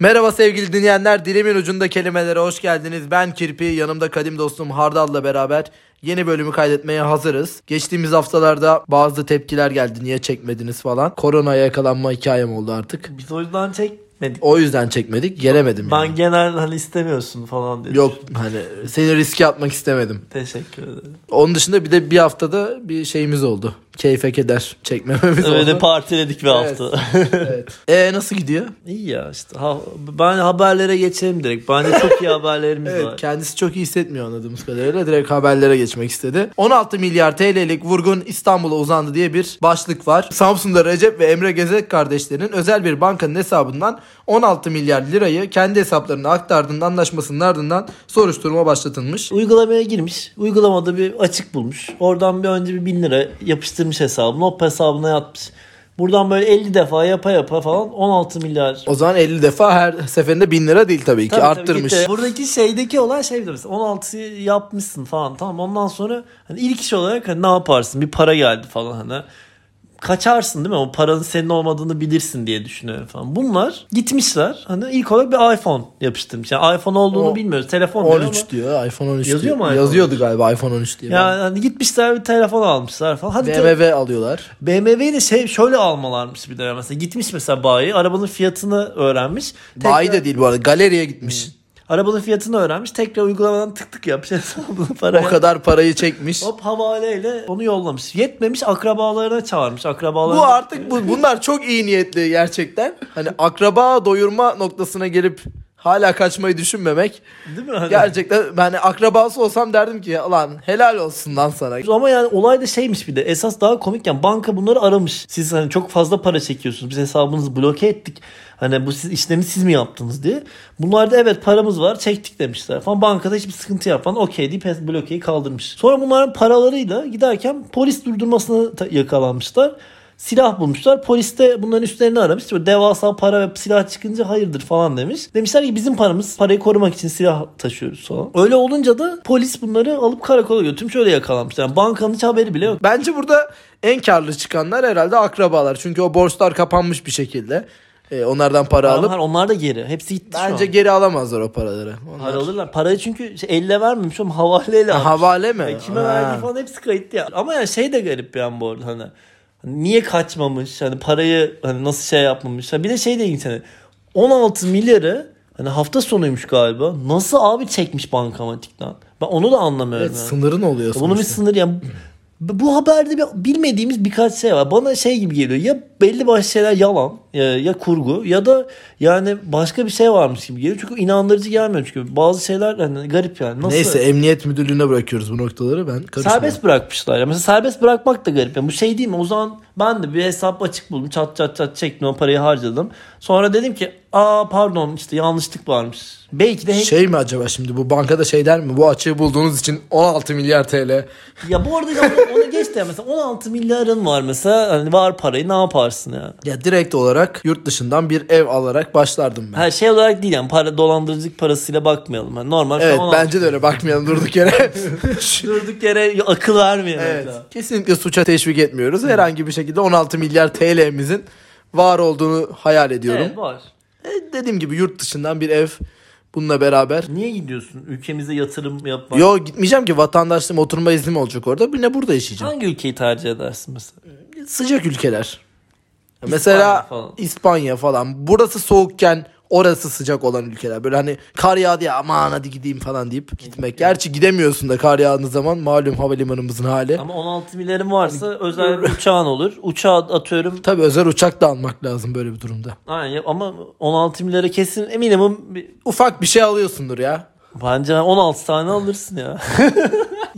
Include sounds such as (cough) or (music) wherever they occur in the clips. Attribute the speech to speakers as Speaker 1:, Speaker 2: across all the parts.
Speaker 1: Merhaba sevgili dinleyenler. Dilimin ucunda kelimelere hoş geldiniz. Ben Kirpi, yanımda kadim dostum Hardal'la beraber yeni bölümü kaydetmeye hazırız. Geçtiğimiz haftalarda bazı tepkiler geldi. Niye çekmediniz falan. Koronaya yakalanma hikayem oldu artık.
Speaker 2: Biz o yüzden çekmedik.
Speaker 1: O yüzden çekmedik. Gelemedim
Speaker 2: Ben
Speaker 1: yani.
Speaker 2: genel hani istemiyorsun falan dedi.
Speaker 1: Yok hani seni riske atmak istemedim.
Speaker 2: Teşekkür ederim.
Speaker 1: Onun dışında bir de bir haftada bir şeyimiz oldu. Keyfe keder çekmememiz
Speaker 2: Öyle
Speaker 1: oldu.
Speaker 2: partiledik bir
Speaker 1: Evet.
Speaker 2: hafta.
Speaker 1: (laughs) evet. E nasıl gidiyor?
Speaker 2: iyi ya işte. Ha- ben haberlere geçelim direkt. Bence çok iyi haberlerimiz
Speaker 1: Evet,
Speaker 2: var.
Speaker 1: kendisi çok iyi hissetmiyor anladığımız kadarıyla. Direkt haberlere geçmek istedi. 16 milyar TL'lik vurgun İstanbul'a uzandı diye bir başlık var. Samsun'da Recep ve Emre Gezek kardeşlerinin özel bir bankanın hesabından 16 milyar lirayı kendi hesaplarına aktardığında anlaşmasının ardından soruşturma başlatılmış.
Speaker 2: Uygulamaya girmiş. Uygulamada bir açık bulmuş. Oradan bir önce bir bin lira yapıştırmış hesabına. Hop hesabına yatmış. Buradan böyle 50 defa yapa yapa falan 16 milyar.
Speaker 1: O zaman 50 defa her seferinde 1000 lira değil tabii ki
Speaker 2: Tabii, tabii,
Speaker 1: arttırmış.
Speaker 2: gitti. Buradaki şeydeki olay şey biliriz. 16'yı yapmışsın falan tamam. Ondan sonra hani ilk iş olarak hani ne yaparsın? Bir para geldi falan hani. Kaçarsın değil mi? O paranın senin olmadığını bilirsin diye düşünüyorum falan. Bunlar gitmişler. Hani ilk olarak bir iPhone yapıştırmış. Yani iPhone olduğunu
Speaker 1: O-
Speaker 2: bilmiyoruz. Telefon diyor
Speaker 1: 13 diyor iPhone 13
Speaker 2: Yazıyor
Speaker 1: diyor.
Speaker 2: mu iPhone
Speaker 1: Yazıyordu
Speaker 2: 13?
Speaker 1: galiba iPhone 13 diye.
Speaker 2: ama. Yani hani gitmişler bir telefon almışlar falan. Hadi te-
Speaker 1: BMW alıyorlar.
Speaker 2: BMW'yi de şey, şöyle almalarmış bir de mesela. Gitmiş mesela bayi. Arabanın fiyatını öğrenmiş.
Speaker 1: Bayi
Speaker 2: Tekrar-
Speaker 1: de değil bu arada galeriye gitmiş.
Speaker 2: Arabanın fiyatını öğrenmiş. Tekrar uygulamadan tık tık yapmış (laughs) hesabına para.
Speaker 1: O kadar parayı çekmiş.
Speaker 2: Hop havaleyle onu yollamış. Yetmemiş akrabalarına çağırmış. Akrabalarına
Speaker 1: Bu artık bu, bunlar çok iyi niyetli gerçekten. Hani akraba doyurma noktasına gelip hala kaçmayı düşünmemek.
Speaker 2: değil mi? Hani-
Speaker 1: Gerçekten ben akrabası olsam derdim ki lan helal olsun lan sana.
Speaker 2: (laughs) Ama yani olay da şeymiş bir de esas daha komik yani banka bunları aramış. Siz hani çok fazla para çekiyorsunuz. Biz hesabınızı bloke ettik. Hani bu siz, işlemi siz mi yaptınız diye. Bunlar da evet paramız var çektik demişler falan. Bankada hiçbir sıkıntı yapan okey deyip hes- blokeyi kaldırmış. Sonra bunların paralarıyla giderken polis durdurmasına ta- yakalanmışlar. Silah bulmuşlar. Polis de bunların üstlerini aramış. Böyle devasa para ve silah çıkınca hayırdır falan demiş. Demişler ki bizim paramız. Parayı korumak için silah taşıyoruz falan. Öyle olunca da polis bunları alıp karakola götürmüş. Öyle yakalanmışlar. Yani bankanın hiç haberi bile yok.
Speaker 1: Bence burada en karlı çıkanlar herhalde akrabalar. Çünkü o borçlar kapanmış bir şekilde. Ee, onlardan para alıp
Speaker 2: Onlar, onlar da geri. Hepsi gitti
Speaker 1: bence
Speaker 2: şu an.
Speaker 1: geri alamazlar o paraları. Onlar-
Speaker 2: Para alırlar. Parayı çünkü şey, elle vermemiş oğlum havaleyle almış.
Speaker 1: Havale mi?
Speaker 2: Ya kime
Speaker 1: Ha.
Speaker 2: verdiği falan hepsi kayıtlı ya. Ama yani şey de garip bir an bu arada hani. Niye kaçmamış? Hani parayı hani nasıl şey yapmamış? Ha bir de şey de ilginç hani 16 milyarı hani hafta sonuymuş galiba. Nasıl abi çekmiş bankamatikten? Ben onu da anlamıyorum.
Speaker 1: Evet,
Speaker 2: yani.
Speaker 1: sınırın oluyor
Speaker 2: E, Bunun bir
Speaker 1: sonuçta.
Speaker 2: sınırı yani bu bu haberde bir bilmediğimiz birkaç şey var. Bana şey gibi geliyor. Ya belli başlı şeyler yalan ya, ya kurgu ya da yani başka bir şey varmış gibi geliyor. Çünkü inandırıcı gelmiyor çünkü. Bazı şeyler hani garip yani. Nasıl?
Speaker 1: Neyse emniyet müdürlüğüne bırakıyoruz bu noktaları ben karışmıyorum.
Speaker 2: Serbest bırakmışlar. Ya. Mesela serbest bırakmak da garip. Yani bu şey değil mi? O zaman ben de bir hesap açık buldum. Çat çat çat çektim. O parayı harcadım. Sonra dedim ki aa pardon işte yanlışlık varmış. Belki de
Speaker 1: Şey mi acaba şimdi bu bankada şey der mi? Bu açığı bulduğunuz için 16 milyar TL.
Speaker 2: ya bu arada ya onu, onu geç de mesela 16 milyarın var mesela. Hani var parayı ne yaparsın yani?
Speaker 1: Ya direkt olarak yurt dışından bir ev alarak başlardım ben.
Speaker 2: Her şey olarak değil yani para dolandırıcılık parasıyla bakmayalım. Yani normal
Speaker 1: Evet
Speaker 2: falan
Speaker 1: bence de öyle bakmayalım durduk yere. (laughs)
Speaker 2: durduk yere akıl vermeyelim.
Speaker 1: evet.
Speaker 2: mesela.
Speaker 1: Kesinlikle suça teşvik etmiyoruz. Herhangi bir şekilde 16 milyar TL'mizin var olduğunu hayal ediyorum.
Speaker 2: Evet, var.
Speaker 1: E, dediğim gibi yurt dışından bir ev bununla beraber.
Speaker 2: Niye gidiyorsun? Ülkemize yatırım yapmak.
Speaker 1: Yo gitmeyeceğim ki vatandaşlığım oturma iznim olacak orada. Bir ne burada yaşayacağım.
Speaker 2: Hangi ülkeyi tercih edersin mesela?
Speaker 1: Sıcak ülkeler. Mesela
Speaker 2: falan.
Speaker 1: İspanya falan. Burası soğukken orası sıcak olan ülkeler. Böyle hani kar yağdı ya aman hadi gideyim falan deyip gitmek. Gerçi gidemiyorsun da kar yağdığı zaman malum havalimanımızın hali.
Speaker 2: Ama 16 milyarın varsa
Speaker 1: Hani
Speaker 2: özel bir uçağın olur. Uçağı atıyorum.
Speaker 1: Tabii özel uçak da almak lazım böyle bir durumda.
Speaker 2: Aynen ama 16 milyara kesin e, minimum bir-
Speaker 1: Ufak bir şey alıyorsundur ya.
Speaker 2: bence 16 tane alırsın ya. (laughs)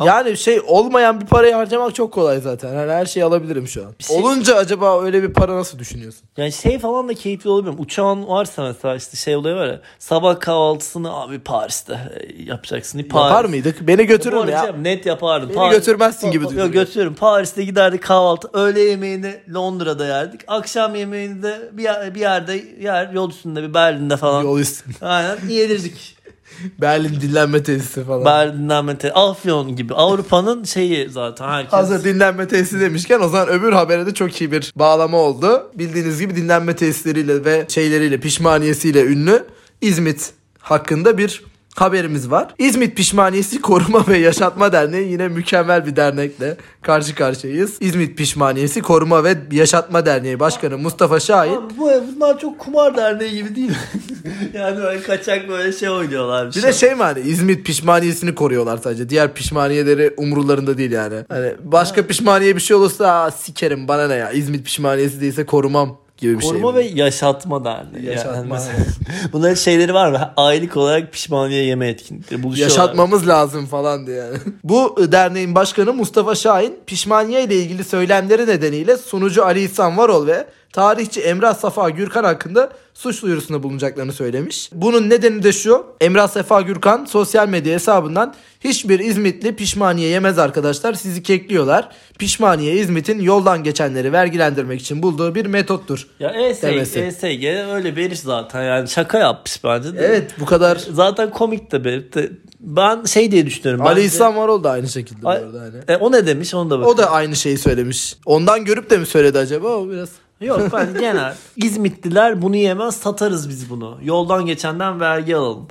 Speaker 1: Yani şey olmayan bir parayı harcamak çok kolay zaten. Hani her şeyi alabilirim şu an.
Speaker 2: şey-
Speaker 1: Olunca acaba öyle bir para nasıl düşünüyorsun?
Speaker 2: Yani şey falan da keyifli olabilir. Uçağın varsa mesela işte şey oluyor var ya. Sabah kahvaltısını abi Paris'te e, yapacaksın. Paris.
Speaker 1: Yapar mıydık? Beni
Speaker 2: Bu
Speaker 1: götürür
Speaker 2: arada
Speaker 1: ya.
Speaker 2: canım Net yapardım.
Speaker 1: Beni götürmezsin gibi
Speaker 2: Yok
Speaker 1: duydum.
Speaker 2: götürürüm. Paris'te giderdik kahvaltı. Öğle yemeğini Londra'da yerdik. Akşam yemeğini de bir, yer- bir yerde yer yol üstünde bir Berlin'de falan.
Speaker 1: Yol üstünde.
Speaker 2: Aynen yedirdik.
Speaker 1: (laughs) Berlin dinlenme tesisi falan.
Speaker 2: Berlin'den Afyon gibi Avrupa'nın şeyi zaten herkes.
Speaker 1: Hazır dinlenme tesisi demişken o zaman öbür habere de çok iyi bir bağlama oldu. Bildiğiniz gibi dinlenme tesisleriyle ve şeyleriyle pişmaniyesiyle ünlü İzmit hakkında bir haberimiz var. İzmit Pişmaniyesi Koruma ve Yaşatma Derneği yine mükemmel bir dernekle karşı karşıyayız. İzmit Pişmaniyesi Koruma ve Yaşatma Derneği Başkanı Mustafa Şahin
Speaker 2: Abi bu bunlar çok kumar derneği gibi değil mi? (laughs) yani böyle kaçak böyle şey oynuyorlar. Bir,
Speaker 1: bir
Speaker 2: şey.
Speaker 1: de şey mi hani İzmit pişmaniyesini koruyorlar sadece. Diğer pişmaniyeleri umurlarında değil yani. Hani başka pişmaniye bir şey olursa "Aa, sikerim bana ne ya. İzmit pişmaniyesi değilse korumam gibi bir şey.
Speaker 2: Koruma
Speaker 1: mi?
Speaker 2: ve yaşatma derneği. Yani
Speaker 1: Yaşatma.
Speaker 2: mesela- (laughs) bunların şeyleri var mı? Aylık olarak pişmaniye yeme etkinlikleri buluşuyorlar.
Speaker 1: Yaşatmamız lazım falan diye. yani. (laughs) Bu e, derneğin başkanı Mustafa Şahin pişmaniye ile ilgili söylemleri nedeniyle sunucu Ali İhsan Varol ve tarihçi Emrah Safa Gürkan hakkında suç duyurusunda bulunacaklarını söylemiş. Bunun nedeni de şu. Emrah Safa Gürkan sosyal medya hesabından hiçbir İzmitli pişmaniye yemez arkadaşlar sizi kekliyorlar. Pişmaniye İzmit'in yoldan geçenleri vergilendirmek için bulduğu bir metottur.
Speaker 2: Ya E ESG,
Speaker 1: demesi.
Speaker 2: ESG öyle bir iş zaten yani şaka yapmış bence de.
Speaker 1: Evet bu kadar.
Speaker 2: Zaten komik de bir. de- Ben şey diye düşünüyorum.
Speaker 1: Ali
Speaker 2: bence-
Speaker 1: İhsan Varol da aynı şekilde bu
Speaker 2: Ay-
Speaker 1: arada hani.
Speaker 2: E, o ne demiş onu da bak.
Speaker 1: O da aynı şeyi söylemiş. Ondan görüp de mi söyledi acaba o biraz?
Speaker 2: Yok ben genel. İzmitliler bunu yemez satarız biz bunu. Yoldan geçenden vergi alalım.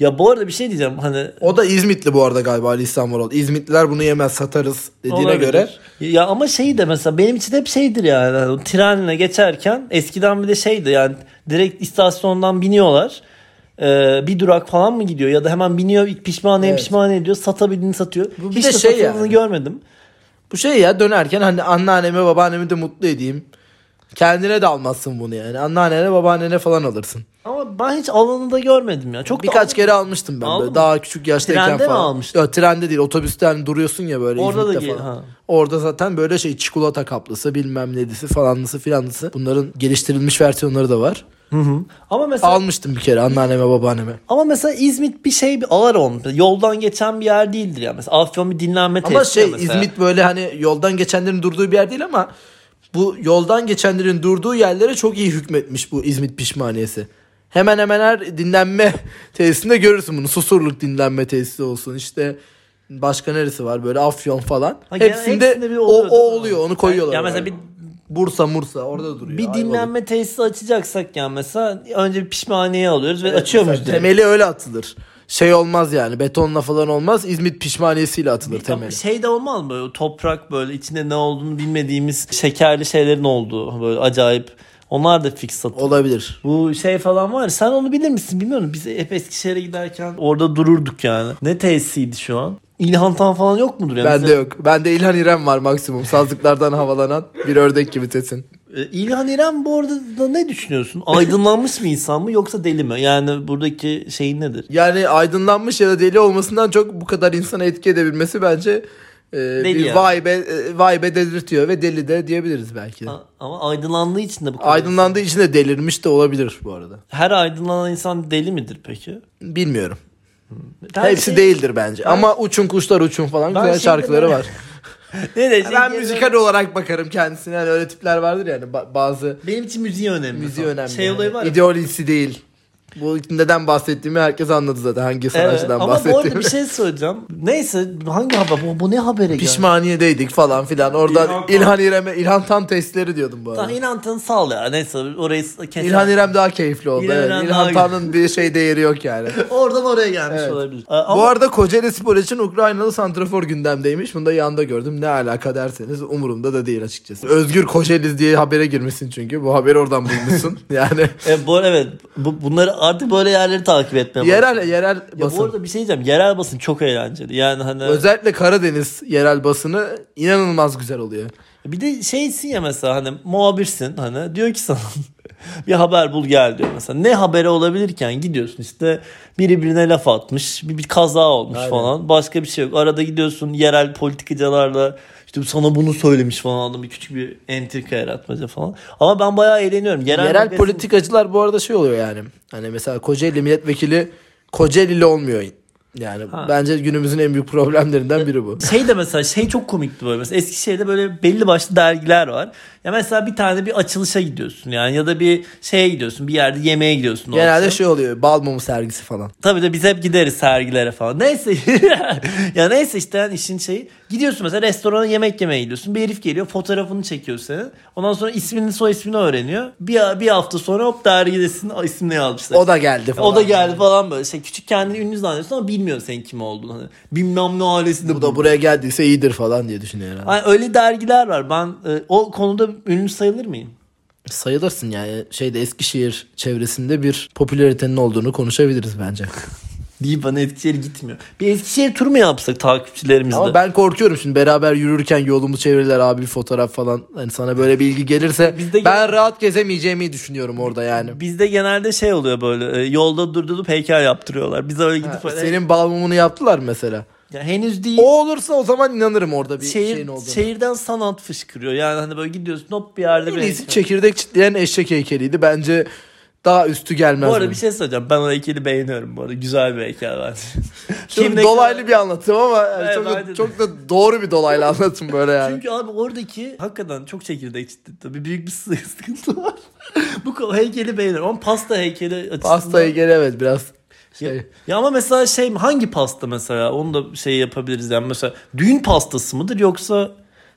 Speaker 2: Ya bu arada bir şey diyeceğim hani
Speaker 1: O da İzmitli bu arada galiba Ali İhsan Varol. İzmitliler bunu yemez satarız dediğine
Speaker 2: Olabilir.
Speaker 1: göre.
Speaker 2: Ya ama şey de mesela benim için hep şeydir yani. Hani o trenle geçerken eskiden bir de şeydi yani direkt istasyondan biniyorlar. Ee, bir durak falan mı gidiyor ya da hemen biniyor pişmaniye
Speaker 1: Evet.
Speaker 2: pişmaniye diyor satabildiğini satıyor.
Speaker 1: Bu bir
Speaker 2: Hiç
Speaker 1: de
Speaker 2: de,
Speaker 1: şey
Speaker 2: satıldığını
Speaker 1: yani.
Speaker 2: görmedim.
Speaker 1: Bu şey ya dönerken hani anneannemi babaannemi de mutlu edeyim. Kendine de almazsın bunu yani. Anneannene babaannene falan alırsın.
Speaker 2: Ama ben hiç alanı da görmedim ya. Çok da
Speaker 1: Birkaç kere almıştım ben
Speaker 2: Aldın
Speaker 1: böyle
Speaker 2: mı?
Speaker 1: daha küçük yaştayken
Speaker 2: Trende mi
Speaker 1: falan.
Speaker 2: almıştın?
Speaker 1: Yok, trende değil otobüsten duruyorsun ya böyle
Speaker 2: Orada da
Speaker 1: İzmit'te
Speaker 2: gel-
Speaker 1: falan.
Speaker 2: ha.
Speaker 1: Orada zaten böyle şey çikolata kaplısı bilmem nedisi falanlısı filanlısı. Bunların geliştirilmiş versiyonları da var.
Speaker 2: Hı hı. Ama mesela
Speaker 1: Almıştım bir kere anneanneme babaanneme.
Speaker 2: ama mesela İzmit bir şey bir ağır olmuş. Yoldan geçen bir yer değildir ya. Mesela Afyon bir dinlenme tesisi.
Speaker 1: Ama şey
Speaker 2: ya mesela.
Speaker 1: İzmit böyle hani yoldan geçenlerin durduğu bir yer değil ama bu yoldan geçenlerin durduğu yerlere çok iyi hükmetmiş bu İzmit pişmaniyesi. Hemen hemen her dinlenme (laughs) tesisinde görürsün bunu. Susurluk dinlenme tesisi olsun işte başka neresi var böyle Afyon falan.
Speaker 2: Ha, genel
Speaker 1: hepsinde,
Speaker 2: hepsinde bir
Speaker 1: o,
Speaker 2: oluyor,
Speaker 1: o
Speaker 2: değil mi?
Speaker 1: oluyor onu koyuyorlar.
Speaker 2: Ya mesela
Speaker 1: yani.
Speaker 2: bir
Speaker 1: Bursa Mursa orada duruyor.
Speaker 2: Bir
Speaker 1: Ayvalık.
Speaker 2: dinlenme tesisi açacaksak yani mesela önce bir pişmaniye alıyoruz ve
Speaker 1: Mesela
Speaker 2: açıyoruz direkt.
Speaker 1: Temeli öyle atılır. Şey olmaz yani betonla falan olmaz. İzmit pişmaniyesiyle atılır
Speaker 2: Ama
Speaker 1: temeli.
Speaker 2: şey de olmaz mı böyle toprak böyle içinde ne olduğunu bilmediğimiz şekerli şeylerin olduğu böyle acayip. Onlar da fix satıyor.
Speaker 1: Olabilir.
Speaker 2: Bu şey falan var. ya, Sen onu bilir misin bilmiyorum. Biz hep Eskişehir'e giderken orada dururduk yani. Ne tesisiydi şu an? İlhan Tan falan yok mudur? Yani
Speaker 1: Bende
Speaker 2: Mesela,
Speaker 1: yok. Bende İlhan İrem var maksimum. Sazlıklardan havalanan bir ördek gibi sesin.
Speaker 2: e, İlhan İrem bu arada da ne düşünüyorsun? Aydınlanmış mı insan mı yoksa deli mi? Yani buradaki şeyin nedir?
Speaker 1: Yani aydınlanmış ya da deli olmasından çok bu kadar insana etki edebilmesi bence e, bir
Speaker 2: ya.
Speaker 1: vay be, e, vay be delirtiyor ve deli de diyebiliriz belki de.
Speaker 2: A- Ama aydınlandığı için de bu kadar.
Speaker 1: Aydınlandığı için de delirmiş de olabilir bu arada.
Speaker 2: Her aydınlanan insan deli midir peki?
Speaker 1: Bilmiyorum.
Speaker 2: Her
Speaker 1: Hepsi
Speaker 2: şey-
Speaker 1: değildir bence. Ama uçun kuşlar uçun falan
Speaker 2: Ben
Speaker 1: güzel
Speaker 2: şey şimdi
Speaker 1: şarkıları
Speaker 2: böyle-
Speaker 1: var.
Speaker 2: Ne Şey- diyecek?
Speaker 1: ben müzikal olarak bakarım kendisine. Yani öyle tipler vardır yani ba- bazı
Speaker 2: Benim için müziği önemli.
Speaker 1: müziği önemli.
Speaker 2: Şey
Speaker 1: yani.
Speaker 2: olayı var ya.
Speaker 1: İdeolojisi değil. Bu neden bahsettiğimi herkes anladı zaten hangi
Speaker 2: Evet,
Speaker 1: sanatçıdan
Speaker 2: ama bu
Speaker 1: bahsettiğimi.
Speaker 2: arada bir şey söyleyeceğim. Neyse hangi haber? Bu, bu ne habere geldi?
Speaker 1: Pişmaniyedeydik falan filan. Oradan
Speaker 2: İlhan
Speaker 1: İlhan,
Speaker 2: Tan.
Speaker 1: İrem'e İlhan Tan testleri diyordum bu arada.
Speaker 2: Tamam inantını sal ya. Neyse orayı kesin.
Speaker 1: İlhan İrem daha keyifli oldu.
Speaker 2: İlhan
Speaker 1: evet.
Speaker 2: İrem
Speaker 1: İlhan
Speaker 2: daha-
Speaker 1: Tan'ın bir şey değeri yok yani.
Speaker 2: Oradan oraya gelmiş
Speaker 1: Evet.
Speaker 2: olabilir. Ee, (laughs) Ama
Speaker 1: Bu arada Kocaeli Spor için Ukraynalı santrafor gündemdeymiş. Bunu da yanda gördüm. Ne alaka derseniz umurumda da değil açıkçası. Özgür Kocaeli diye habere girmişsin çünkü. Bu haberi oradan
Speaker 2: (laughs)
Speaker 1: bulmuşsun. yani
Speaker 2: e, bu, evet bu, bunları artık böyle yerleri takip etmeye başladım.
Speaker 1: yerel yerel
Speaker 2: Ya
Speaker 1: basın.
Speaker 2: bu arada bir şey diyeceğim. Yerel basın çok eğlenceli. Yani hani
Speaker 1: Özellikle Karadeniz yerel basını inanılmaz güzel oluyor.
Speaker 2: bir de şeysin ya mesela hani muhabirsin hani diyor ki sana (laughs) bir haber bul gel diyor mesela. Ne haberi olabilirken gidiyorsun işte biri birine laf atmış bir, bir kaza olmuş
Speaker 1: Aynen.
Speaker 2: falan başka bir şey yok. Arada gidiyorsun yerel politikacılarla işte sana bunu söylemiş falan adam bir küçük bir entrika yaratmaca falan. Ama ben bayağı eğleniyorum. Yerel,
Speaker 1: Yerel
Speaker 2: magazin-
Speaker 1: politikacılar bu arada şey oluyor yani. Hani mesela Kocaeli milletvekili Kocaeli'li olmuyor. Yani
Speaker 2: Ha.
Speaker 1: bence günümüzün en büyük problemlerinden
Speaker 2: (laughs)
Speaker 1: biri bu.
Speaker 2: Şey de mesela şey çok komikti böyle. Mesela Eskişehir'de böyle belli başlı dergiler var. Ya mesela bir tane bir açılışa gidiyorsun yani ya da bir şeye gidiyorsun bir yerde yemeğe gidiyorsun. o
Speaker 1: Genelde
Speaker 2: akşam.
Speaker 1: şey oluyor. Bal mumu sergisi falan.
Speaker 2: Tabii de biz hep gideriz sergilere falan. Neyse (laughs) ya neyse işte yani işin şeyi. Gidiyorsun mesela restorana yemek yemeye gidiyorsun. Bir herif geliyor fotoğrafını çekiyor senin. Ondan sonra ismini soy ismini öğreniyor. Bir, bir hafta sonra hop dergidesin ismini almışlar.
Speaker 1: O da geldi falan.
Speaker 2: O da geldi falan böyle. Şey, küçük kendini ünlü zannediyorsun ama bilmiyor senin kim olduğunu. Hani bilmem ne ailesinde
Speaker 1: Bu da buraya geldiyse iyidir falan diye düşünüyor herhalde.
Speaker 2: Hani öyle dergiler var. Ben e, o konuda ünlü sayılır mıyım?
Speaker 1: Sayılırsın yani şeyde Eskişehir çevresinde bir popülaritenin olduğunu konuşabiliriz bence.
Speaker 2: (laughs) Değil bana Eskişehir gitmiyor. Bir Eskişehir turu mu yapsak takipçilerimizle?
Speaker 1: Ama ben korkuyorum şimdi beraber yürürken yolumuz çevirirler abi bir fotoğraf falan. Hani sana böyle bilgi gelirse
Speaker 2: Biz de-
Speaker 1: ben rahat gezemeyeceğimi düşünüyorum orada yani.
Speaker 2: Bizde genelde şey oluyor böyle e, yolda durdurup heykel yaptırıyorlar. Biz öyle gidip öyle-
Speaker 1: Senin bal mumunu yaptılar mesela.
Speaker 2: Ya henüz değil.
Speaker 1: O olursa o zaman inanırım orada bir şeyin
Speaker 2: şehir,
Speaker 1: olduğunu.
Speaker 2: şehirden sanat fışkırıyor. Yani hani böyle gidiyorsun hop bir yerde
Speaker 1: En
Speaker 2: bir
Speaker 1: iyisi
Speaker 2: heykel.
Speaker 1: çekirdek çitleyen eşek heykeliydi. Bence daha üstü gelmez.
Speaker 2: Bu arada
Speaker 1: mi?
Speaker 2: bir şey söyleyeceğim. Ben o heykeli beğeniyorum bu arada. Güzel bir heykel bence.
Speaker 1: Çok
Speaker 2: Kim ne-
Speaker 1: dolaylı bir anlatım ama yani
Speaker 2: Evet,
Speaker 1: çok,
Speaker 2: bence
Speaker 1: da,
Speaker 2: de.
Speaker 1: çok da doğru bir dolaylı anlatım böyle yani.
Speaker 2: Çünkü abi oradaki hakikaten çok çekirdek ciddi tabii büyük bir (laughs) sı- sıkıntı var. (laughs) Bu ko- heykeli beğeniyorum ama pasta heykeli açısından.
Speaker 1: Pastayı gel evet biraz.
Speaker 2: Ya,
Speaker 1: Şey.
Speaker 2: ya ama mesela şey hangi pasta mesela onu da şey yapabiliriz yani mesela düğün pastası mıdır yoksa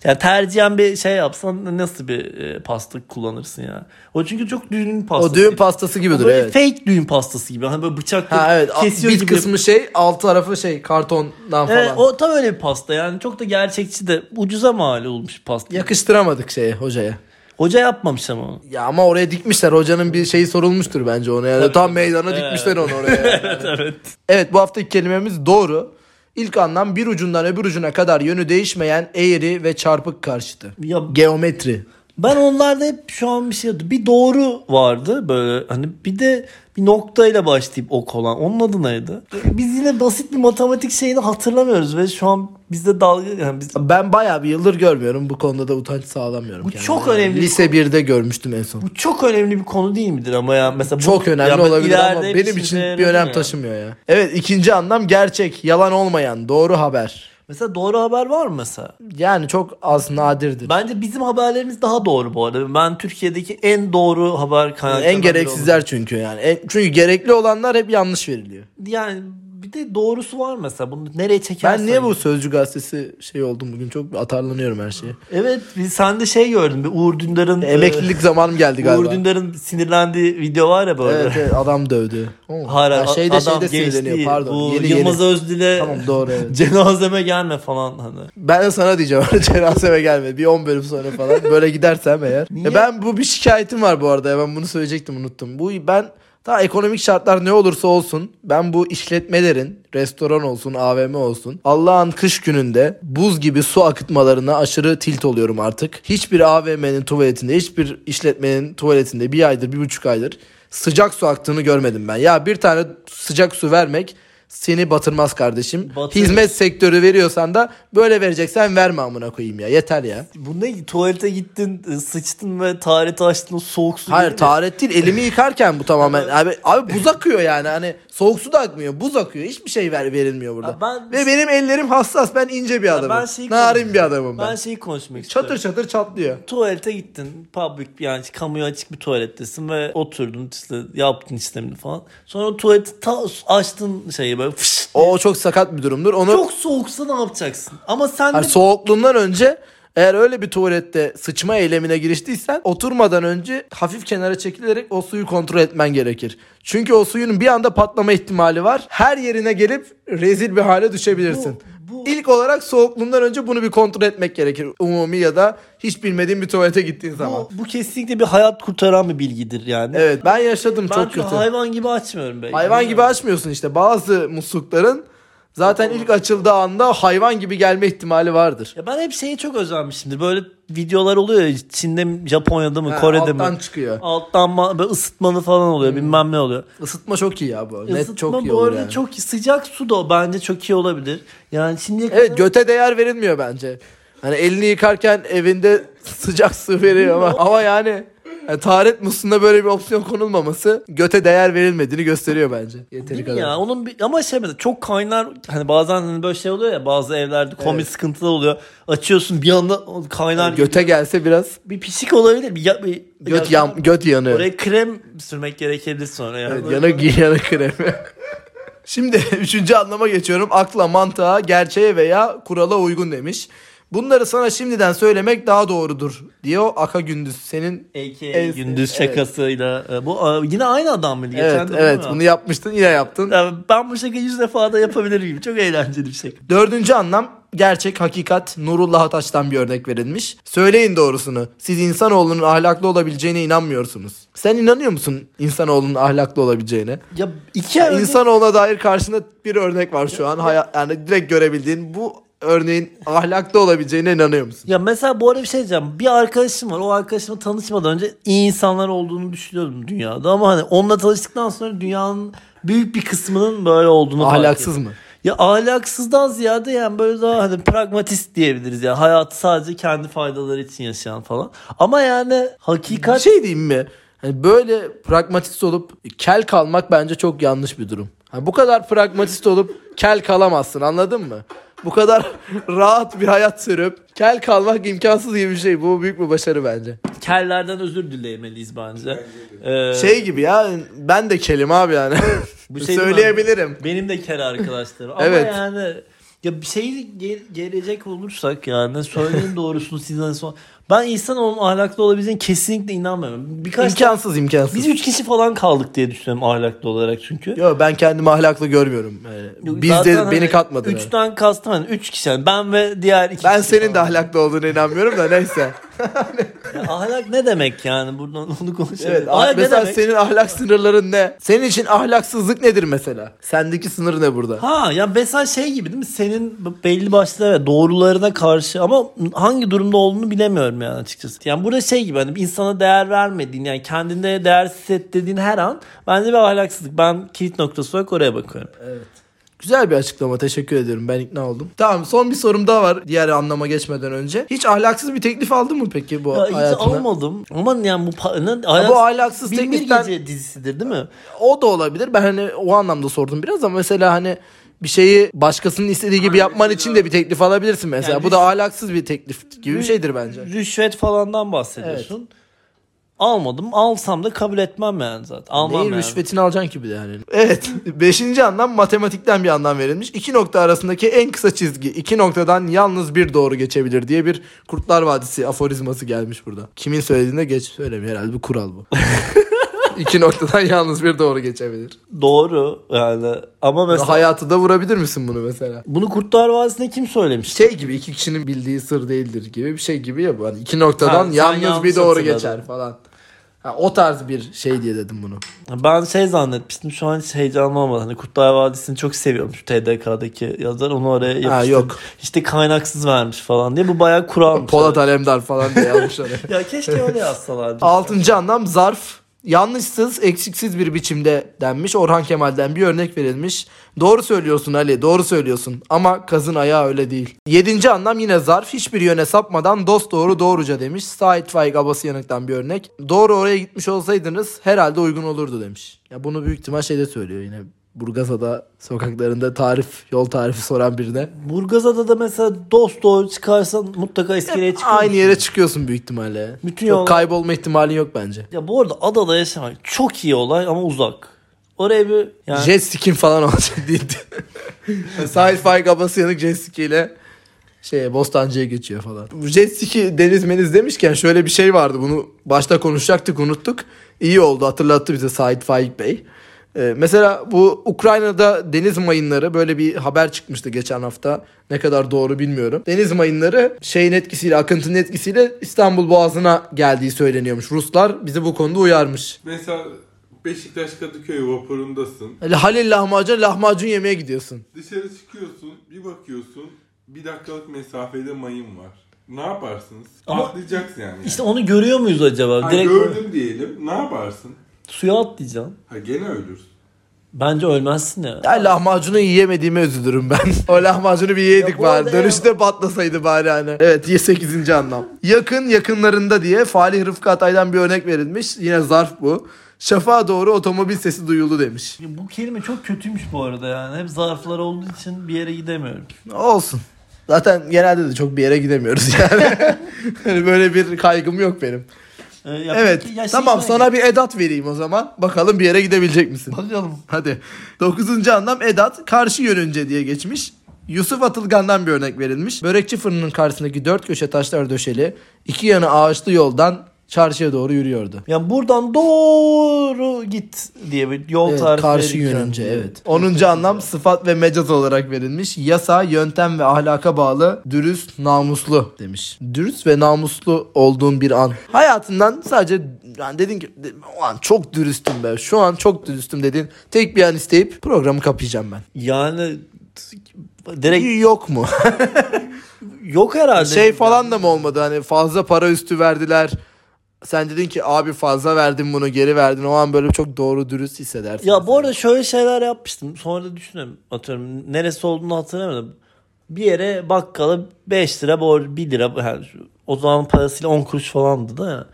Speaker 2: yani tercihen bir şey yapsan nasıl bir e, pasta kullanırsın ya. O çünkü çok düğün pastası.
Speaker 1: O düğün pastası gibidir
Speaker 2: Böyle
Speaker 1: evet.
Speaker 2: fake düğün pastası gibi. Hani böyle bıçakla
Speaker 1: Ha evet.
Speaker 2: kesiyor
Speaker 1: bir
Speaker 2: gibi.
Speaker 1: kısmı şey, alt tarafı şey kartondan falan.
Speaker 2: Evet, o tam öyle bir pasta yani çok da gerçekçi de ucuza mal olmuş pasta.
Speaker 1: Yakıştıramadık şeye hocaya.
Speaker 2: Hoca yapmamış ama onu.
Speaker 1: Ya ama oraya dikmişler. Hocanın bir şeyi sorulmuştur bence ona. Yani
Speaker 2: Tabii.
Speaker 1: tam meydana
Speaker 2: Evet.
Speaker 1: dikmişler onu oraya. yani.
Speaker 2: (laughs) Evet evet.
Speaker 1: Evet bu haftaki kelimemiz doğru. İlk anlam bir ucundan öbür ucuna kadar yönü değişmeyen eğri ve çarpık karşıtı.
Speaker 2: Ya
Speaker 1: Geometri.
Speaker 2: Ben onlarda hep şu an bir şey yoktu. Bir doğru vardı böyle hani bir de bir noktayla başlayıp ok olan. Onun adı neydi? Biz yine basit bir matematik şeyini hatırlamıyoruz ve şu an bizde dalga yani biz,
Speaker 1: Ben bayağı bir yıldır görmüyorum. Bu konuda da utanç sağlamıyorum.
Speaker 2: Bu
Speaker 1: kendime.
Speaker 2: çok önemli bir
Speaker 1: Lise 1'de görmüştüm en son.
Speaker 2: bu çok önemli bir konu değil midir ama ya mesela bu-
Speaker 1: Çok önemli
Speaker 2: ya ben
Speaker 1: olabilir ama
Speaker 2: ileride
Speaker 1: benim
Speaker 2: bir
Speaker 1: için
Speaker 2: şey
Speaker 1: bir
Speaker 2: yarar
Speaker 1: önem
Speaker 2: mı ya?
Speaker 1: taşımıyor ya. Evet ikinci anlam gerçek, yalan olmayan, doğru haber.
Speaker 2: Mesela doğru haber var mı mesela?
Speaker 1: Yani çok az nadirdir.
Speaker 2: Bence bizim haberlerimiz daha doğru bu arada. Ben Türkiye'deki en doğru haber kaynaklarından
Speaker 1: en
Speaker 2: biri olduğunu-
Speaker 1: gereksizler çünkü yani. En- Çünkü gerekli olanlar hep yanlış veriliyor.
Speaker 2: Yani bir de doğrusu var mesela. Bunu nereye çekersen.
Speaker 1: Ben niye bu Sözcü gazetesi şey oldum bugün çok atarlanıyorum her şeye.
Speaker 2: Evet biz- sen de şey gördün. Bir Uğur Dündar'ın e,
Speaker 1: Emeklilik zamanım geldi galiba.
Speaker 2: Uğur Dündar'ın sinirlendiği video var ya böyle.
Speaker 1: Evet, şey evet adam dövdü. Oo.
Speaker 2: (laughs) Hala
Speaker 1: Ha, şeyde
Speaker 2: adam
Speaker 1: şeyde
Speaker 2: genç
Speaker 1: sinirleniyor
Speaker 2: değil.
Speaker 1: pardon.
Speaker 2: Bu
Speaker 1: yeni
Speaker 2: Yılmaz
Speaker 1: yeni.
Speaker 2: Özdil'e
Speaker 1: Tamam doğru evet.
Speaker 2: (laughs) cenazeme gelme falan hani.
Speaker 1: Ben de sana diyeceğim (laughs) cenazeme gelme. Bir 10 bölüm sonra falan böyle gidersem eğer.
Speaker 2: Niye?
Speaker 1: E ben bu bir şikayetim var bu arada. ya, Ben bunu söyleyecektim unuttum. Bu ben ta ekonomik şartlar ne olursa olsun ben bu işletmelerin restoran olsun AVM olsun Allah'ın kış gününde buz gibi su akıtmalarına aşırı tilt oluyorum artık. Hiçbir AVM'nin tuvaletinde hiçbir işletmenin tuvaletinde bir aydır bir buçuk aydır sıcak su aktığını görmedim ben. Ya bir tane sıcak su vermek seni batırmaz kardeşim.
Speaker 2: Batırır.
Speaker 1: Hizmet hizmet sektörü veriyorsan da böyle vereceksen verme amına koyayım ya. Yeter ya.
Speaker 2: Bu ne? Tuvalete gittin, e, sıçtın ve tarihte açtın o soğuk su.
Speaker 1: Hayır
Speaker 2: geliyor.
Speaker 1: taharet değil (laughs) elimi yıkarken bu tamamen abi abi buz akıyor yani hani soğuk su da akmıyor buz akıyor hiçbir şey ver, verilmiyor burada.
Speaker 2: Ya ben-
Speaker 1: Ve benim ellerim hassas ben ince bir adamım.
Speaker 2: ben şeyi
Speaker 1: Narin
Speaker 2: konuşuyorum.
Speaker 1: bir adamım ben.
Speaker 2: Ben şey şeyi konuşmak istiyorum.
Speaker 1: Çatır çatır çatlıyor.
Speaker 2: tuvalete gittin. Public bir yani kamuya açık bir tuvalettesin ve oturdun işte yaptın işlemini falan. Sonra o tuvaleti ta açtın şeyi böyle fış.
Speaker 1: O çok sakat bir durumdur. Onu
Speaker 2: Çok soğuksa ne yapacaksın? Ama sen
Speaker 1: Hani
Speaker 2: de
Speaker 1: soğukluğundan önce eğer öyle bir tuvalette sıçma eylemine giriştiysen oturmadan önce hafif kenara çekilerek o suyu kontrol etmen gerekir. Çünkü o suyun bir anda patlama ihtimali var. Her yerine gelip rezil bir hale düşebilirsin.
Speaker 2: Bu- bu-
Speaker 1: İlk olarak soğukluğundan önce bunu bir kontrol etmek gerekir. Umumi ya da hiç bilmediğin bir tuvalete gittiğin zaman.
Speaker 2: bu, bu kesinlikle bir hayat kurtaran bir bilgidir yani.
Speaker 1: Evet ben yaşadım
Speaker 2: Ben
Speaker 1: çok
Speaker 2: şu
Speaker 1: kötü.
Speaker 2: hayvan gibi açmıyorum belki.
Speaker 1: Hayvan gibi açmıyorsun işte. Bazı muslukların zaten ilk açıldığı anda hayvan gibi gelme ihtimali vardır.
Speaker 2: Ya ben hep şeye çok özenmişimdir. Böyle videolar oluyor ya Çin'de mi, Japonya'da mı,
Speaker 1: Ha,
Speaker 2: Kore'de
Speaker 1: alttan
Speaker 2: mi?
Speaker 1: çıkıyor.
Speaker 2: Alttan ma- böyle ısıtmalı falan oluyor bilmem ne oluyor.
Speaker 1: Isıtma çok iyi ya bu. Net
Speaker 2: Isıtma
Speaker 1: çok iyi
Speaker 2: bu
Speaker 1: olur
Speaker 2: arada
Speaker 1: yani.
Speaker 2: çok sıcak su da bence çok iyi olabilir. Yani şimdiye kadar
Speaker 1: Evet göte değer verilmiyor bence. Hani elini yıkarken evinde sıcak su veriyor ama ama yani Yani taharet musluğuna böyle bir opsiyon konulmaması göte değer verilmediğini gösteriyor bence. Yeteri
Speaker 2: Değil
Speaker 1: kadar.
Speaker 2: mi ya? Onun bir, ama şey mesela çok kaynar hani bazen hani böyle şey oluyor ya bazı evlerde komik sıkıntılar oluyor. Açıyorsun bir anda kaynar
Speaker 1: Göte gelse biraz
Speaker 2: bir pislik olabilir. Bir, ya- bir-
Speaker 1: göt
Speaker 2: ya-
Speaker 1: yan, göt yanı.
Speaker 2: Oraya krem sürmek gerekebilir sonra ya.
Speaker 1: Evet, yana giy yana kremi. (laughs) Şimdi (laughs) üçüncü anlama geçiyorum. Akla, mantığa, gerçeğe veya kurala uygun demiş. Bunları sana şimdiden söylemek daha doğrudur diyor Aka Gündüz. Senin
Speaker 2: AK
Speaker 1: Evet,
Speaker 2: gündüz
Speaker 1: evet.
Speaker 2: şakasıyla. e, Bu a, yine aynı adam mıydı? Geçen
Speaker 1: evet
Speaker 2: de
Speaker 1: evet
Speaker 2: bunu
Speaker 1: bunu
Speaker 2: ya.
Speaker 1: yapmıştın yine yaptın.
Speaker 2: Ya ben bu şakayı yüz defa da yapabilir miyim? Çok eğlenceli bir şaka.
Speaker 1: Dördüncü anlam gerçek, hakikat, Nurullah Ataş'tan bir örnek verilmiş. Söyleyin doğrusunu. Siz insanoğlunun ahlaklı olabileceğine inanmıyorsunuz. Sen inanıyor musun insanoğlunun ahlaklı olabileceğine?
Speaker 2: Ya iki ay önce-
Speaker 1: İnsanoğluna dair karşında bir örnek var şu an. Haya- yani direkt görebildiğin bu örneğin ahlaklı olabileceğine inanıyor musun?
Speaker 2: Ya mesela bu arada bir şey diyeceğim. Bir arkadaşım var. O arkadaşımla tanışmadan önce iyi insanlar olduğunu düşünüyordum dünyada. Ama hani onunla tanıştıktan sonra dünyanın büyük bir kısmının böyle olduğunu fark ettim.
Speaker 1: Ahlaksız mı?
Speaker 2: Ya ahlaksızdan ziyade yani böyle daha hani pragmatist diyebiliriz. Yani hayatı sadece kendi faydaları için yaşayan falan. Ama yani
Speaker 1: Bir
Speaker 2: hakikat
Speaker 1: şey diyeyim mi? Hani böyle pragmatist olup kel kalmak bence çok yanlış bir durum. Hani bu kadar pragmatist olup kel kalamazsın anladın mı? Bu kadar (laughs) rahat bir hayat sürüp kel kalmak imkansız gibi bir şey. Bu büyük bir başarı bence.
Speaker 2: kellerden özür dileyemeliyiz bence. Ee,
Speaker 1: Şey gibi ya ben de kelim abi
Speaker 2: (laughs)
Speaker 1: yani.
Speaker 2: Bu şey
Speaker 1: Söyleyebilirim.
Speaker 2: benim de kel arkadaşlarım. Ama
Speaker 1: Evet.
Speaker 2: yani ya bir şey ge- gelecek olursak yani söyleyin doğrusunu sizden son. Ben insan olmanın ahlaklı olabileceğine kesinlikle inanmıyorum. Birkaç
Speaker 1: İmkansız imkansız.
Speaker 2: biz üç kişi falan kaldık diye düşünüyorum ahlaklı olarak çünkü.
Speaker 1: Yo ben kendimi ahlaklı görmüyorum. Yani biz de
Speaker 2: Zaten
Speaker 1: beni
Speaker 2: hani
Speaker 1: katmadı. yani.
Speaker 2: Üçten kastım hani üç kişi. yani ben ve diğer iki
Speaker 1: Ben
Speaker 2: kişi
Speaker 1: senin de
Speaker 2: falan.
Speaker 1: ahlaklı olduğuna inanmıyorum da neyse.
Speaker 2: Ya ahlak ne demek yani? Buradan (laughs) onu konuşalım.
Speaker 1: Evet,
Speaker 2: ahlak Ee, ne
Speaker 1: mesela
Speaker 2: demek?
Speaker 1: senin ahlak sınırların ne? Senin için ahlaksızlık nedir mesela? Sendeki sınır ne burada?
Speaker 2: Ha ya mesela şey gibi değil mi? Senin belli başlı evet, doğrularına karşı ama hangi durumda olduğunu bilemiyorum yani açıkçası. Yani burada şey gibi hani bir insana değer vermediğin yani kendinde değersiz hissettirdiğin her an bence bir ahlaksızlık. Ben kilit noktası olarak oraya bakıyorum.
Speaker 1: Güzel bir açıklama. Teşekkür ederim. Ben ikna oldum. Tamam, son bir sorum daha var diğer anlama geçmeden önce. Hiç ahlaksız bir teklif aldın mı peki bu
Speaker 2: Ya hiç
Speaker 1: hayatına?
Speaker 2: almadım. Ama yani bu pa- ne,
Speaker 1: bu ahlaksız
Speaker 2: Bin Bir
Speaker 1: tekliften-
Speaker 2: gece dizisidir değil mi?
Speaker 1: O da olabilir. Ben hani o anlamda sordum biraz ama mesela hani bir şeyi başkasının istediği gibi yapman için de bir teklif alabilirsin mesela.
Speaker 2: Yani
Speaker 1: bu da ahlaksız bir teklif gibi bir şeydir bence.
Speaker 2: Rüşvet falandan bahsediyorsun. Almadım. Alsam da kabul etmem yani zaten. Almam
Speaker 1: Neyin
Speaker 2: yani.
Speaker 1: rüşvetini alacaksın ki bir de yani. Evet. (laughs) Beşinci anlam matematikten bir anlam verilmiş. İki nokta arasındaki en kısa çizgi. iki noktadan yalnız bir doğru geçebilir diye bir Kurtlar Vadisi aforizması gelmiş burada. Kimin söylediğinde geç söylemiyor herhalde bir kural (laughs) bu. iki noktadan yalnız bir doğru geçebilir.
Speaker 2: Doğru yani. Ama mesela
Speaker 1: Hayatı da vurabilir misin bunu mesela?
Speaker 2: bunu Kurtlar Vadisi'nde kim söylemiş?
Speaker 1: Şey gibi iki kişinin bildiği sır değildir gibi bir şey gibi ya bu. Hani iki noktadan
Speaker 2: Ha, sen
Speaker 1: yalnız
Speaker 2: yanlış
Speaker 1: bir doğru
Speaker 2: hatırladın.
Speaker 1: geçer falan. Ha, o tarz bir şey diye dedim bunu.
Speaker 2: Ben şey zannetmiştim şu an hiç heyecanım olmadı. Hani Kurtlar Vadisi'ni çok seviyorum şu TDK'daki yazar onu oraya yapıştırdı.
Speaker 1: yok.
Speaker 2: İşte kaynaksız vermiş falan diye bu bayağı kuralmış.
Speaker 1: Polat Alemdar falan diye yazmış
Speaker 2: (laughs)
Speaker 1: oraya.
Speaker 2: ya keşke öyle yazsalardı.
Speaker 1: Altıncı anlam zarf. Yanlışsız, eksiksiz bir biçimde denmiş. Orhan Kemal'den bir örnek verilmiş. Doğru söylüyorsun Ali, doğru söylüyorsun. Ama kazın ayağı öyle değil. Yedinci anlam yine zarf. Hiçbir yöne sapmadan dost doğru doğruca demiş. Sait Faik Abası Yanık'tan bir örnek. Doğru oraya gitmiş olsaydınız herhalde uygun olurdu demiş. Ya bunu büyük ihtimal şeyde söylüyor yine. Burgazada sokaklarında tarif, yol tarifi soran birine.
Speaker 2: Burgazada da mesela dost doğru çıkarsan mutlaka iskeleye çıkıyor.
Speaker 1: Aynı yere çıkıyorsun büyük ihtimalle.
Speaker 2: Bütün
Speaker 1: Çok
Speaker 2: yol-
Speaker 1: kaybolma ihtimalin yok bence.
Speaker 2: Ya bu arada adada yaşamak çok iyi olay ama uzak. Oraya bir yani
Speaker 1: Jet ski'm falan (laughs) olacak değildi. Sahil Faik Abbası yanık jet ski ile şey Bostancı'ya geçiyor falan. Bu Jet ski deniz meniz demişken şöyle bir şey vardı. Bunu başta konuşacaktık unuttuk. İyi oldu hatırlattı bize Sait Faik Bey. Ee, mesela bu Ukrayna'da deniz mayınları böyle bir haber çıkmıştı geçen hafta. Ne kadar doğru bilmiyorum. Deniz mayınları şeyin etkisiyle, akıntının etkisiyle İstanbul Boğazı'na geldiği söyleniyormuş. Ruslar bizi bu konuda uyarmış.
Speaker 3: Mesela Beşiktaş Kadıköy vapurundasın.
Speaker 1: Öyle Halil lahmacun lahmacun yemeye gidiyorsun.
Speaker 3: Dışarı çıkıyorsun, bir bakıyorsun, bir dakikalık mesafede mayın var. Ne yaparsınız?
Speaker 2: Ama-
Speaker 3: Atlayacaksın yani.
Speaker 2: işte onu görüyor muyuz acaba?
Speaker 3: Ha,
Speaker 2: Direkt
Speaker 3: gördüm diyelim, ne yaparsın?
Speaker 2: suya atlayacaksın.
Speaker 3: Ha gene ölürsün.
Speaker 2: Bence ölmezsin ya.
Speaker 1: Ya lahmacunu yiyemediğime üzülürüm ben. (laughs) o lahmacunu bir yedik
Speaker 2: Ya bu
Speaker 1: bari.
Speaker 2: arada ya-
Speaker 1: Dönüşte patlasaydı bari hani. Evet y- 8. anlam. Yakın yakınlarında diye Falih Rıfkı Atay'dan bir örnek verilmiş. Yine zarf bu. Şafağa doğru otomobil sesi duyuldu demiş.
Speaker 2: Bu kelime çok kötüymüş bu arada yani. Hep zarflar olduğu için bir yere gidemiyorum.
Speaker 1: Olsun. Zaten genelde de çok bir yere gidemiyoruz yani. (laughs) Hani Böyle bir kaygım yok benim.
Speaker 2: Ee, ya
Speaker 1: evet.
Speaker 2: peki ya şey
Speaker 1: tamam
Speaker 2: söyle-
Speaker 1: sana bir edat vereyim o zaman. Bakalım bir yere gidebilecek misin?
Speaker 2: Bakalım.
Speaker 1: Hadi. Dokuzuncu anlam Edat karşı yönünce diye geçmiş. Yusuf Atılgan'dan bir örnek verilmiş. Börekçi fırının karşısındaki dört köşe taşlar döşeli, iki yanı ağaçlı yoldan çarşıya doğru yürüyordu.
Speaker 2: Yani buradan doğru git diye bir yol
Speaker 1: Evet,
Speaker 2: tarifi
Speaker 1: karşı
Speaker 2: verirken-
Speaker 1: yönünce evet. Onuncu anlam sıfat ve mecaz olarak verilmiş. Yasa, yöntem ve ahlaka bağlı, dürüst, namuslu demiş. Dürüst ve namuslu olduğun bir an. Hayatından sadece yani dedin ki de- o an çok dürüstüm ben. Şu an çok dürüstüm dedin. Tek bir an isteyip programı kapayacağım ben.
Speaker 2: Yani direkt
Speaker 1: Yok (laughs) mu?
Speaker 2: yok herhalde.
Speaker 1: şey falan da mı olmadı hani fazla para üstü verdiler. Sen dedin ki abi fazla verdin bunu geri verdin. O an böyle çok doğru dürüst hissedersin.
Speaker 2: Ya bu arada şöyle şeyler yapmıştım. Sonra da düşünüyorum. Atıyorum neresi olduğunu hatırlamadım. Bir yere bakkala 5 lira borç 1 lira yani şu- o zaman parasıyla 10 kuruş falandı da ya.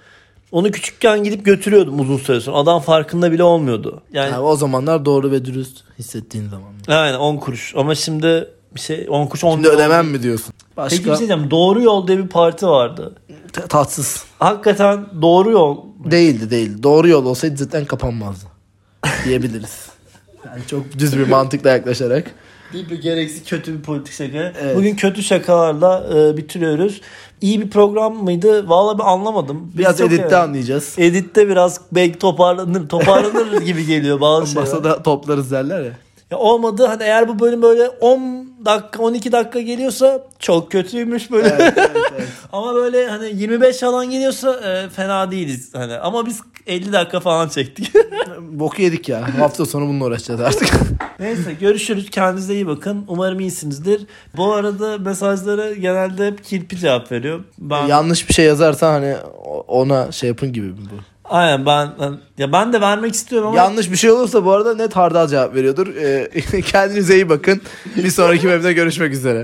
Speaker 2: Onu küçükken gidip götürüyordum uzun süre sonra. Adam farkında bile olmuyordu. Yani
Speaker 1: Yani o zamanlar doğru ve dürüst hissettiğin zaman.
Speaker 2: aynen 10 kuruş ama şimdi bir şey 10 kuruş 10
Speaker 1: Şimdi ödemem mi diyorsun?
Speaker 2: Peki bir
Speaker 1: Başka
Speaker 2: şey diyeceğim. Doğru Yol diye bir parti vardı.
Speaker 1: Ta- tatsız.
Speaker 2: Hakikaten Doğru Yol
Speaker 1: Değildi değil. Doğru yol olsaydı zaten (laughs) kapanmazdı. Diyebiliriz. Yani çok düz bir mantıkla yaklaşarak.
Speaker 2: Değil bir gereksiz kötü bir politik şaka.
Speaker 1: Evet.
Speaker 2: Bugün kötü şakalarla e, bitiriyoruz. İyi bir program mıydı? Vallahi ben anlamadım. Biz
Speaker 1: Biraz
Speaker 2: çok
Speaker 1: editte
Speaker 2: eğlendik.
Speaker 1: anlayacağız.
Speaker 2: Editte biraz belki
Speaker 1: (laughs)
Speaker 2: toparlanır, toparlanır gibi geliyor bazı şeyler.
Speaker 1: Masada toplarız derler ya.
Speaker 2: Ya olmadı hani eğer bu bölüm böyle 10 dakika 12 dakika geliyorsa çok kötüymüş böyle. (laughs) Ama böyle hani 25 falan geliyorsa e, fena değiliz hani. Ama biz 50 dakika falan çektik.
Speaker 1: Boku yedik (laughs) ya. Hafta sonu bununla uğraşacağız artık. (laughs)
Speaker 2: Neyse görüşürüz. Kendinize iyi bakın. Umarım iyisinizdir. Bu arada mesajlara genelde hep kirpi cevap veriyor. Ben
Speaker 1: Yanlış bir şey yazarsan hani o- ona şey yapın gibi mi bu?
Speaker 2: aynen ben ben- ya ben de vermek istiyorum ama
Speaker 1: Yanlış bir şey (laughs) olursa bu arada net hardal cevap veriyordur. Ee, kendinize iyi bakın. Bir sonraki bölümde görüşmek üzere.